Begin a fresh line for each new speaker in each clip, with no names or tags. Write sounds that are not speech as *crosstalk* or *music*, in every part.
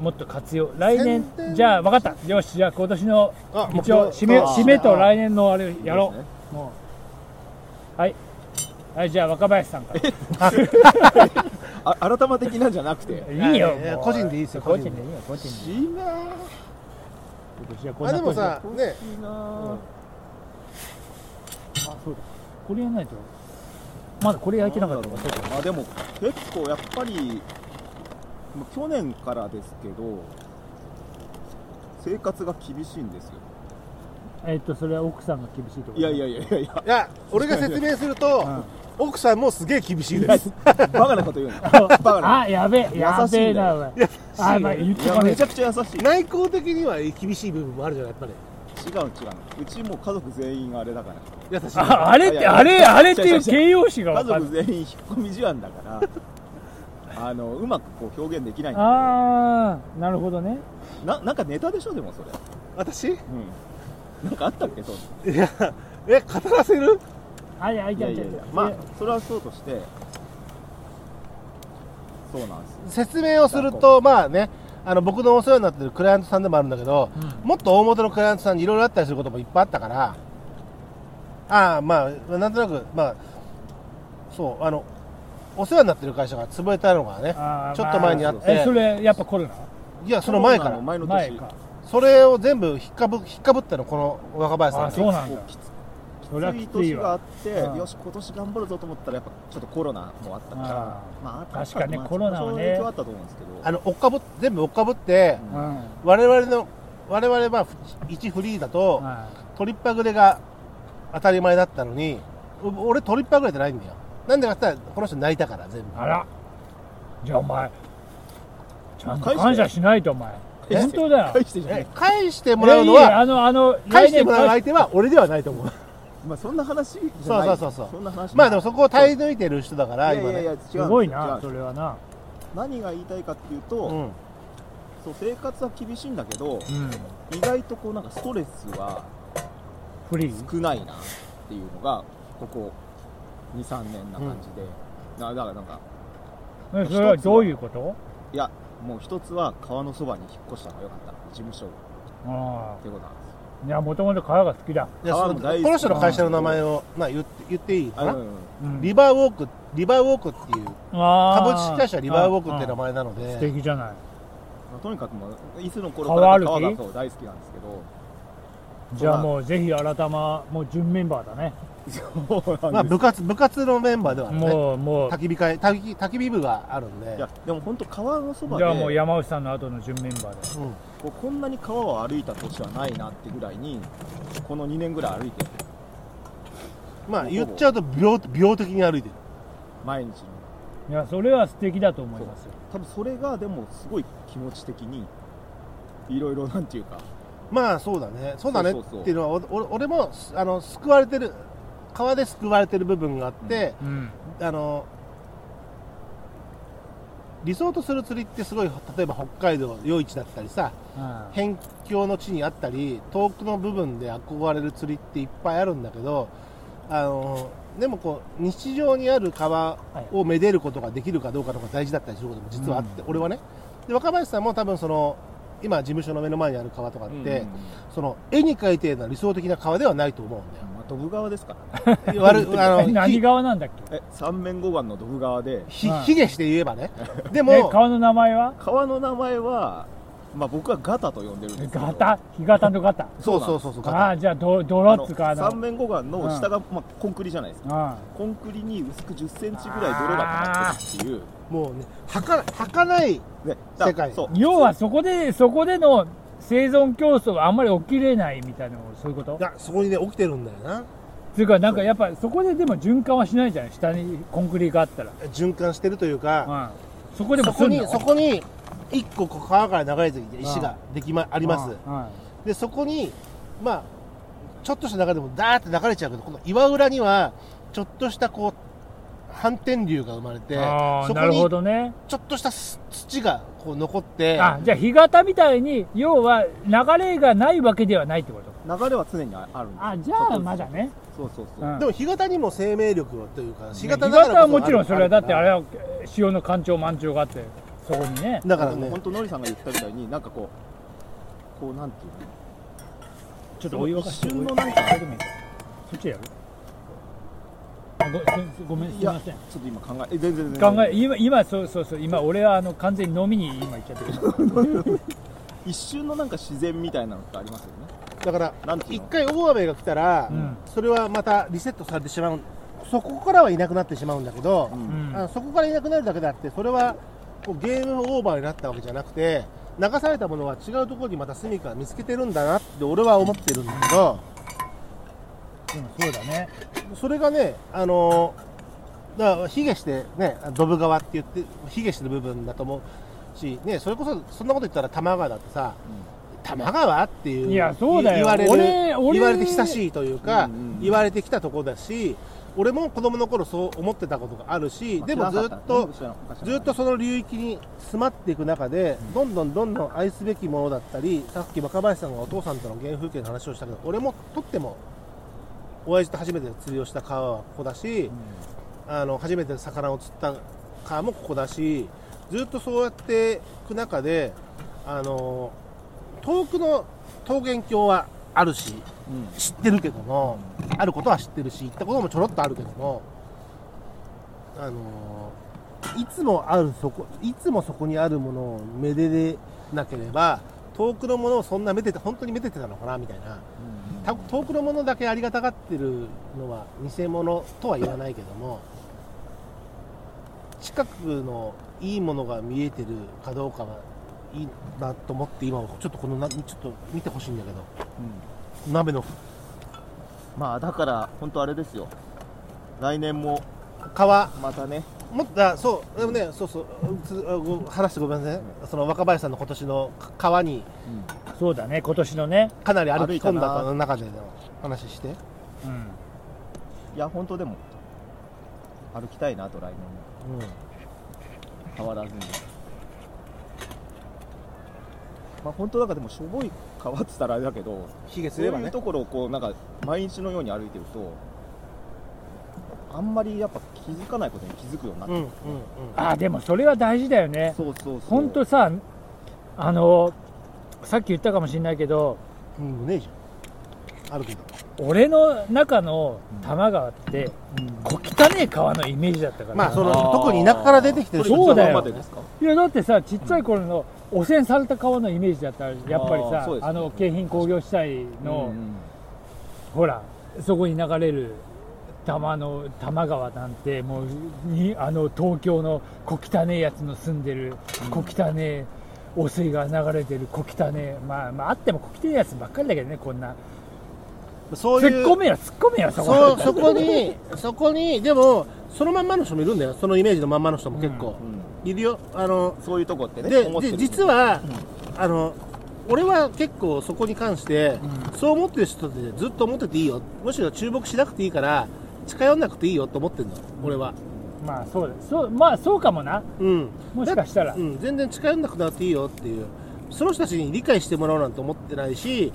もっと活用来年
宣伝
じゃあ分かったよしじゃあ今年の
あ
一応締め
あ
締めと来年のあれやろう
いいで
もうはいはいじゃあ若林さんから
あ改ま的なんじゃなくて
いいよ
いや
もう
個人でいいですよ
個人
個
でい
人
い
で
よ個人で今
しな
年はこん
あ
な
でもさ
こ
ね
いいな
とであそうだこれやんないとまだこれ焼いてなかったから
まあでも結構やっぱりまあ去年からですけど生活が厳しいんですよ
えっとそれは奥さんが厳しいとこ
いやいやいやいやいや
いや俺が説明すると、奥さんもすげえ厳しいです
バカなこと言うなバカな
*laughs* あやべえやべえなおいあまあ言っ
い
て
や
もね
めちゃくちゃ優しい違
内向的には厳しい部分もあるじゃないやっぱり
う違ううちもう家族全員あれだから
優しい
ああれってあれあれっていう形容詞が
家
分か
族
る
全員引っ込み思案だから
*laughs*
あのうまくこう表現できないんだ
ああなるほどね
けどななんかネタでしょでもそれ、
私い
うん、なんかあったっけそう
やえ語らせる
あいやい
い
や
や
い
い
や
や
い
い
や
やまあそれはそうとしてそうなんですよ
説明をするとまあねあの僕のお世話になってるクライアントさんでもあるんだけど、もっと大元のクライアントさんにいろいろあったりすることもいっぱいあったからああまあなんとなくまあそうあのお世話になってる会社が潰れたのがね
あー
ちょっと前にあって
まえそれやっぱコロナ
いやその前か
コロナの
ら
前の
前
年
か
それを全部引っかぶ引っかぶったのこの若林さ
あ
んが
そうなんだ
こうきつ
それは
き
きつ
つい年
い
があ
わ
って、
うん
よし今年頑張るぞと思ったらやっぱちょっとコロナもあったから
あ
まああった
確かにね
まあ
コロナはね
多少影響あったと思うんですけど
あの追っかぶっ全部追っかぶって
うんは
我々の我々は一フリーだと、トリッパグレが当たり前だったのにお俺トリッパグレじゃないんだよなんでかって言ったらこの人泣いたから全
い
部
あらじゃあお前ちゃんと
返して
感謝しないとお前
え
本当だ
*laughs*
よ
返してじゃない
え返してもらうの
いやいや
は
あのあの
返してもらう
来
相手は俺ではないと思う
まあそんな話じゃない
そうそうそうそう
そんな話
まあでもそこを耐え抜いてる人だか
いや
ら
い
今
やいや違う
ね
んですすよ
ごい
違うん
な
です
そ
よ
れはな
何が言いたいかっていうと、
うん
そう生活は厳しいんだけど
うん
意外とこうなんかストレスは
フリー
少ないなっていうのがここ23年な感じで、なだからなんか
えそれはどういうこと
いやもう一つは川のそばに引っ越した方が良かった事務所っ
あ
ていうことなんですよ
あいやもともと川が好きだ
いや
あ
そ
もう大好
の
き
この人の会社の名前をまあ言って言っていいか
あ
な、
うん
うん
リバーウォークリバーウォークっていう株
株
式会社リバーウォークって名前なの
素
で
敵じゃない
まあとにかくもういつの頃からか
川
川
歩き
がそう大好きなんですけど
じゃあもうぜひ改まもう準メンバーだね
そう
ま
な
あ
んです
部活部活のメンバーではあるね
もうもう
焚き火会焚き焚き火部があるんで
いやでも本当川のそば
じ
で
ゃあもう山内さんの後の準メンバーで
うん
こうこんなに川を歩いた年はないなってぐらいにこの2年ぐらい歩いてる
まあ言っちゃうと病病的に歩いてる
毎日の
いやそれは素敵だと思いますよ
多分それがでもすごい気持ち的にいろいろなんていうか
まあそうだね、そうだね
そうそうそう
っていうのは、おお俺もすあの救われてる、川で救われてる部分があって、
うん
あの理想とする釣りってすごい、例えば北海道余市だったりさ、
うん
辺境の地にあったり、遠くの部分で憧れる釣りっていっぱいあるんだけど、あのでもこう日常にある川をめでることができるかどうかの方が大事だったりすることも実はあって、
うん
俺はね。で若林さんも多分その今事務所の目の前にある川とかっ
あ
て、
うん
その絵に描いてるような理想的な川ではないと思うんだよ
まあ、ドブ川ですから
*laughs*
ね *laughs*
悪いあの
何
ひ
川なんだっけ
え三面五番のドブ川で
ひ
はい
卑下して言えばねで
え
も
川の名前は
川の名前は、まあ、僕はガタと呼んでるんですけど
ガタ干潟のガタ
そうそうそうそう
ああじゃあど泥っつうかあの
三面護岸の下が、まあ、コンクリじゃないですか
うん
コンクリに薄く1 0ンチぐらい泥が溜まってるっていう
もうねはかはかない
ね
ー世界
そう
要はそこでそこでの生存競争があんまり起きれないみたいなのそういうこと
がそこにね起きてるんだよな
っていうかなんかやっぱそこででも循環はしないじゃない下にコンクリがあったら、
循環してるというか、
うん、そこでも
そこ
すんの
にそこに一個こう川から流れてきて石ができまあります
うんうん
でそこにまあちょっとした流れでもダーって流れちゃうけどこの岩裏にはちょっとしたこう反転流が生まれて
ああ
そ
な
こ
る
に
ほどね
ちょっとしたす土がこう残って
あじゃあ干潟みたいに要は流れがないわけではないってこと
流れは常にあるんですよ
あじゃあまだね
そうそうそう、
うん
でも干潟にも生命力をというか、
干
干潟だからこそ
潟はもちろんそれはだってあれ
る
は潮の干潮満潮があってそこにね
だから
でも
ね
本当ノリさんが言ったみたいになんかこうこうなんていうの
ちょっとお湯沸かして
一瞬のなん
お湯
か
沸かしてそっちやるあごごめんすいません
ちょっと今考ええ全然全然
考え今今そうそうそう今俺はあの完全に飲みに今行っちゃってる
*laughs*
一瞬のなんか自然みたいなのってありますよね
だから
なんてい
一
うの
回大雨が来たら、
うん
それはまたリセットされてしまうそこからはいなくなってしまうんだけど、
う
うんん
あのそこからいなくなるだけであってそれはこうゲームオーバーになったわけじゃなくて流されたものは違うところにまた住みか見つけてるんだなって俺は思ってるんだけど
でもそうだね
それがねあのだから卑下してねドブ川って言って卑下してる部分だと思うし、ね、それこそそんなこと言ったら多摩川だってさ、多摩川っていう
いやそうだよ
言われる
俺俺
言われて久しいというか、
うんうん
言われてきたところだし俺も子供の頃そう思ってたことがあるし
まあ
でも
知ら
ず
な
っ
かた
と
ね知らなかた
ずっとその流域に詰まっていく中で、どんどんどんどん愛すべきものだったり、さっき若林さんがお父さんとの原風景の話をしたけど、俺もとっても、親父と初めて釣りをした川はここだし、あの初めて魚を釣った川もここだし、ずっとそうやっていく中で、あの遠くの桃源郷はあるし、
うん
知ってるけども、あることは知ってるし、行ったこともちょろっとあるけども、あのいつもあるそこ、いつもそこにあるものをめでれなければ、遠くのものをそんなめでて、本当にめでてたのかなみたいな、た遠くのものだけありがたがってるのは偽物とは言わないけども、近くのいいものが見えてるかどうかはいいなと思って、今、ちょっとこのな、ちょっと見てほしいんだけど、
うん
鍋の
まあだから本当あれですよ来年も
皮。
またね
もっとあそうでもねそうそうつあご話してごめんなさいねその若林さんの今年のか川に
そうだね今年のね
かなり歩き込ん
歩い
だ
たな
中での話して
うん
いや本当でも歩きたいなと来年も変わらずにまあ本当なんかでもしょぼい川って言ったらあれだけど
卑下
そういうところをこうなんか毎日のように歩いてるとあんまりやっぱ気づかないことに気づくようになっ
うん
て、
うんうん
あでもそれは大事だよね
そうそうそう
本当さあのさっき言ったかもしれないけど
うんねえじゃんあるけど
俺の中の多摩川って、こ汚ねえ川のイメージだったから、
まあそ
あ
の
ー
特に田舎から出てきてる人
そうだよ
これいつ頃までですか
いやだってさちっちゃい頃の汚染された川のイメージだったらやっぱり
あー
さ
そうです
あ,、
ね
の京浜工業地帯の、
うんうん
ほらそこに流れる多摩の多摩川なんてもうにあの東京の小汚ねえやつの住んでる小汚ねえ汚水が流れてる小汚ねえまあまああっても小汚ねえやつばっかりだけどねこんな
そう
突
い
っ
う
込めや突っ込めやそこ
そうそこにそこにでもそのまんまの人もいるんだよそのイメージのまんまの人も結構
うん
いるよあの
そういうとこってね
で
思って
で
る
実は、あの俺は結構そこに関して、そう思ってる人ってずっと思ってていいよむしろ注目しなくていいから近寄んなくていいよと思ってるの俺は、
まあそうだそうまあそうかもな
うん、
もしかしたら
うん、全然近寄んなくなっていいよっていうその人たちに理解してもらおうなんて思ってないし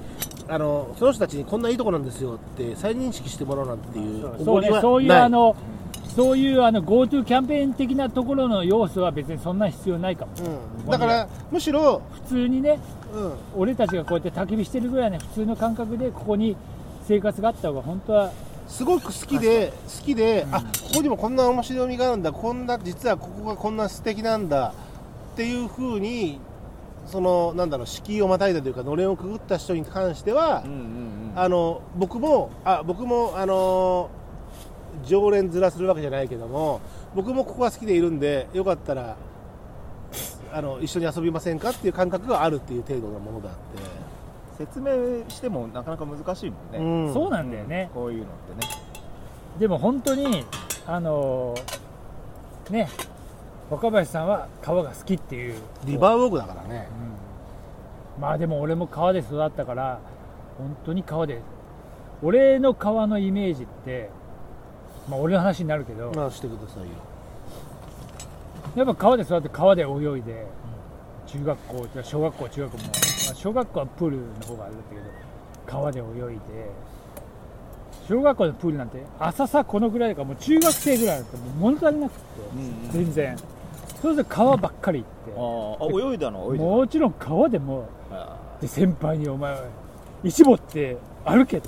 あのその人たちにこんないいとこなんですよって再認識してもらおうなんていう
そう
思い
ね
は
そういう
ない
あのそういうあの GoTo キャンペーン的なところの要素は別にそんな必要ないかも
うん、だからむしろ、
普通にね
うん、
俺たちがこうやって焚き火してるぐらいの普通の感覚でここに生活があった方が本当は
すごく好きで好きで、あここにもこんな面白みがあるんだこんな実はここがこんな素敵なんだっていう風にそのなんだろう敷居をまたいだというかのれんをくぐった人に関しては
うん、うんうん
あの僕もあ僕もあの常連ずらするわけじゃないけども僕もここが好きでいるんでよかったらあの一緒に遊びませんかっていう感覚があるっていう程度のものであっ
説明してもなかなか難しいもん
て、
ね、
ん
そうなんだよね、
こういうのってね
でも本当にあのーね若林さんは川が好きっていう
リバーウォークだからね
うんまあでも俺も川で育ったから本当に川で俺の川のイメージってまあ俺の話になるけど、
まあしてくださいよ
やっぱ川で育って川で泳いで、中学校じゃあ小学校中学校も、まあ小学校はプールの方があれだったけど川で泳いで小学校のプールなんて浅さこのぐらいだからもう中学生ぐらいだったらもう物足りなくて、全然そうすると川ばっかり行っ
ああ泳いだのは
て
泳いだの
もちろん川でも
あ
で先輩に「お前石持って歩け」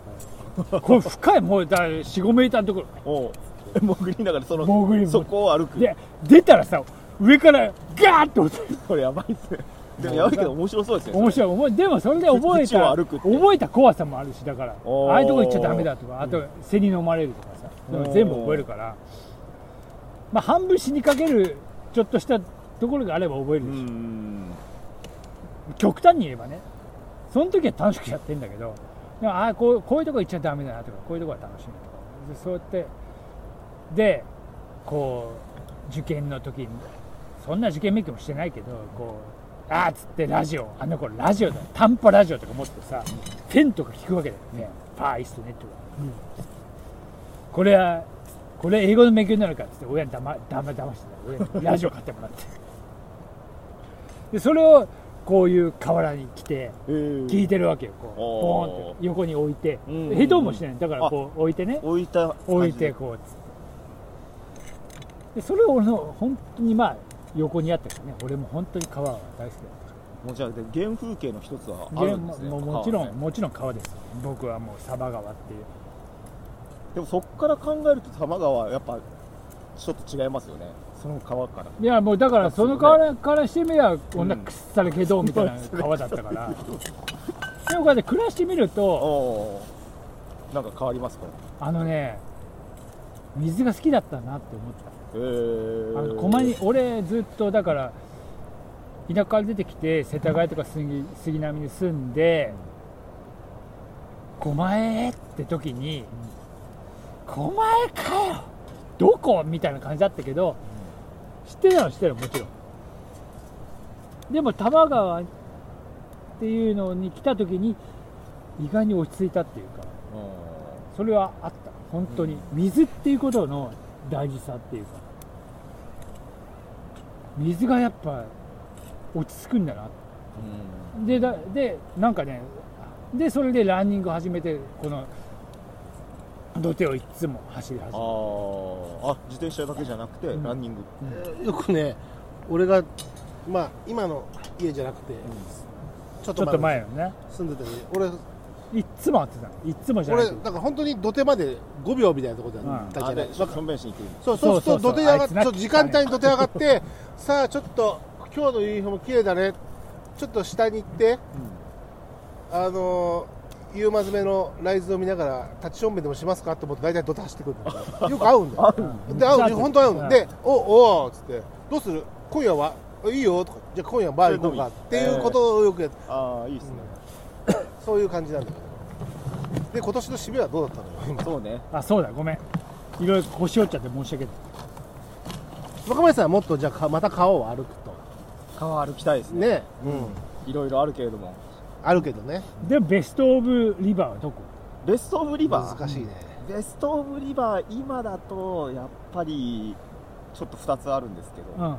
と
*laughs*
かこれ深いもうだ4 5メーターのとこ
ーおう *laughs* 潜りながらその
潜りも
そこを歩く
ろで出たらさ上からガーッて落ちる
これやばいっすねでもやばいけど面白そうですね
面白い思いでもそれで覚え
口を
た
歩くって
覚えた怖さもあるしだから
おー
ああいうとこ行っちゃダメだとかあと背に飲まれるとかさでも全部覚えるからまあ半分死にかけるちょっとしたところがあれば覚え
う
るでしょ
ん
極端に言えばねその時は楽しくやってんだけどでもああこうこういうとこ行っちゃダメだなとかこういうとこは楽しいなとかでそうやってでこう受験の時にそんな受験勉強もしてないけどこうああっつってラジオあの頃ラジオだ短波ラジオとか持ってさペンとか聞くわけだよねパーイストネットが、これはこれ英語の勉強になるからっつって親にだまだま騙してた親にラジオ買ってもらってでそれをこういう河原に来て
え
聞
ー
いてるわけよこうポ
おー
ーンって横に置いて
うん
へどうもしないだからこう置いてね
置いた
置いてこうつってでそれを俺の本当にまあ横にあったからね俺も本当に川は大好きだっ
もうじゃあで原風景の一つは
た
あるん
も
ですね
ももちろ
川
んもちろん川です僕はもうサバ川っていう
でもそっから考えると多摩川はやっぱちょっと違いますよねその川から
いやもうだからその川からしてみればこんな
うん
腐るけどみたいな川だった
*laughs*
から、でもこうやって暮らしてみると
おーなんか変わりますか
あのね水が好きだったなって思った
えー、
あの駒に俺ずっとだから田舎から出てきて世田谷とか杉杉並に住んで狛江って時に狛江かよどこみたいな感じだったけど知ってたの知ってるもちろんでも多摩川っていうのに来た時に意外に落ち着いたっていうか
う
それはあった本当に、水っていうことの大事さっていうか水がやっぱ落ち着くんだなんでだでなんかねでそれでランニング始めてこの土手をいつも走り始
あ
め
ーあ自転車だけじゃなくて、
うん
ランニング、
よくね俺がまあ今の家じゃなくて、ちょっ
ちょっ
と
と前
前
のね
住んでた家俺
いっつも会ってたのいっつもじゃな
俺
い
だから本当に土手まで5秒みたいなところで
うん
立ち
あ
上が
れ
る
ションベンシン行く
そうそうする
そうそうそう
と土手上
あ
が
い
っ
つ
ち
な
ょっと時間帯に土手上がってさあちょっと今日の夕日も綺麗だねちょっと下に行って、あのー夕間詰めのライズを見ながら立ちションベンでもしますかと思って大体土手走ってくるんだけどよく合うんだ
*laughs*
よで合う本当合うんだよで「おおう」っつって「どうする今夜はあいいよ」とか「じゃあ今夜バー行こうか」っていうことをよくやって
ああいいっすね、
そういう感じなんだけどで今年の締めはどうだったのよ今
そうね
あそうだごめんいろいろ腰折っちゃって申し訳ない
若林さんはもっとじゃあかまた川を歩くと
川歩きたいですね
ねうん
いろいろあるけれども
あるけどね
でもベスト・オブ・リバーはどこ
ベストオブリバー
難しいね
ベストオブリバー今だとやっぱりちょっと2つあるんですけど、
うん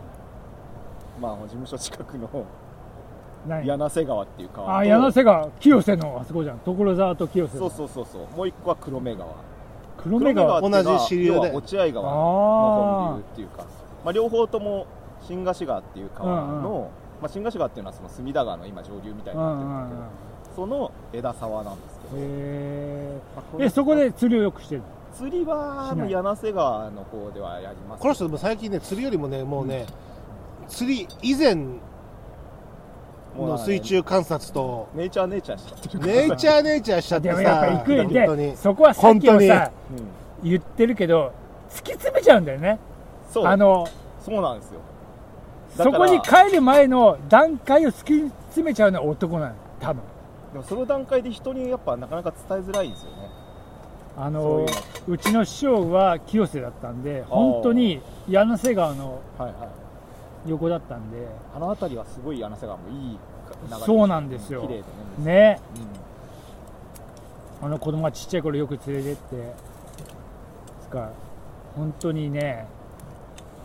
まあ事務所近くの
何
柳瀬川っていう川と
あ柳瀬川清瀬のあそこじゃん所沢と清瀬
そ
の
うそうそうそうもう一個は黒目川
黒目川
黒目っていうのは
同じ支流だよ
要は落合
あ
川の本流っていうかまあ、両方とも新河岸川っていう川の、まあ、新河岸川っていうのはその隅田川の今上流みたい
あう
になっ
ん
てるんだけ
う
ど、
んうん
その枝沢なんですけど、
へ
まあ
ーえそこで釣りをよくしてるの
釣りはもう柳瀬川の方ではやります
この人でも最近ね釣りよりもねもうね、釣り以前
もうな
の
んかね
水中観察と
ネイチャーネイチャーしちゃってるから
ネイチャーネイチャーしちゃって
で
さ
もやっぱ行く
本当
んで
に
そこはさっきも
本当
さ
に
うん
言ってるけど突き詰めちゃうんだよね
そう
あの
そうなんですよだ
そ
から
こに帰る前の段階を突き詰めちゃうのは男なの多分
でもその段階で人にやっぱなかなか伝えづらいんですよね
あ
そうい
の
うの
うちの師匠は清瀬だったんで本当に柳瀬川の
はいはい
横だったんで
あの辺りはすごい柳瀬川もいい流れ
そうなんですよ
綺麗でね
ね
うん
あの子供がちっちゃい頃よく連れてってつか本当にね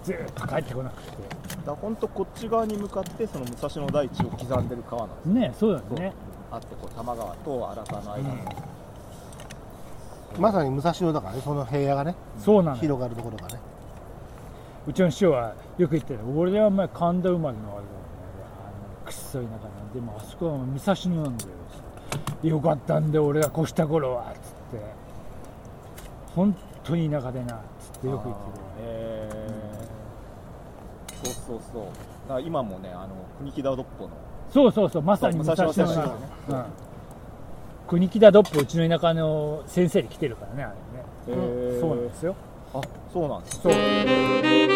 ずーっと帰ってこなくて
だから本当こっち側に向かってその武蔵野台地を刻んでる川なんですよ
ねそうだよね
あってこう多摩川と荒川の間の、
まさに武蔵野だからねその平野がね
そうなのよ
広がるところがね
うちの師匠はよく言ってる俺はお前神田生まれのあれだよねあのくっそ田舎なんでもあそこはお前武蔵野なんだよよかったんで俺が越した頃はっつって本当に田舎でなっつってよく言ってる
えーそうそうそうだから今もねあの国木田独歩の
そうそうそうまさに武蔵野なんだよね、うん、国木田ドップうちの田舎の先生に来てるからねあれね、
へー
そうなんですよ
あそうなんです
そう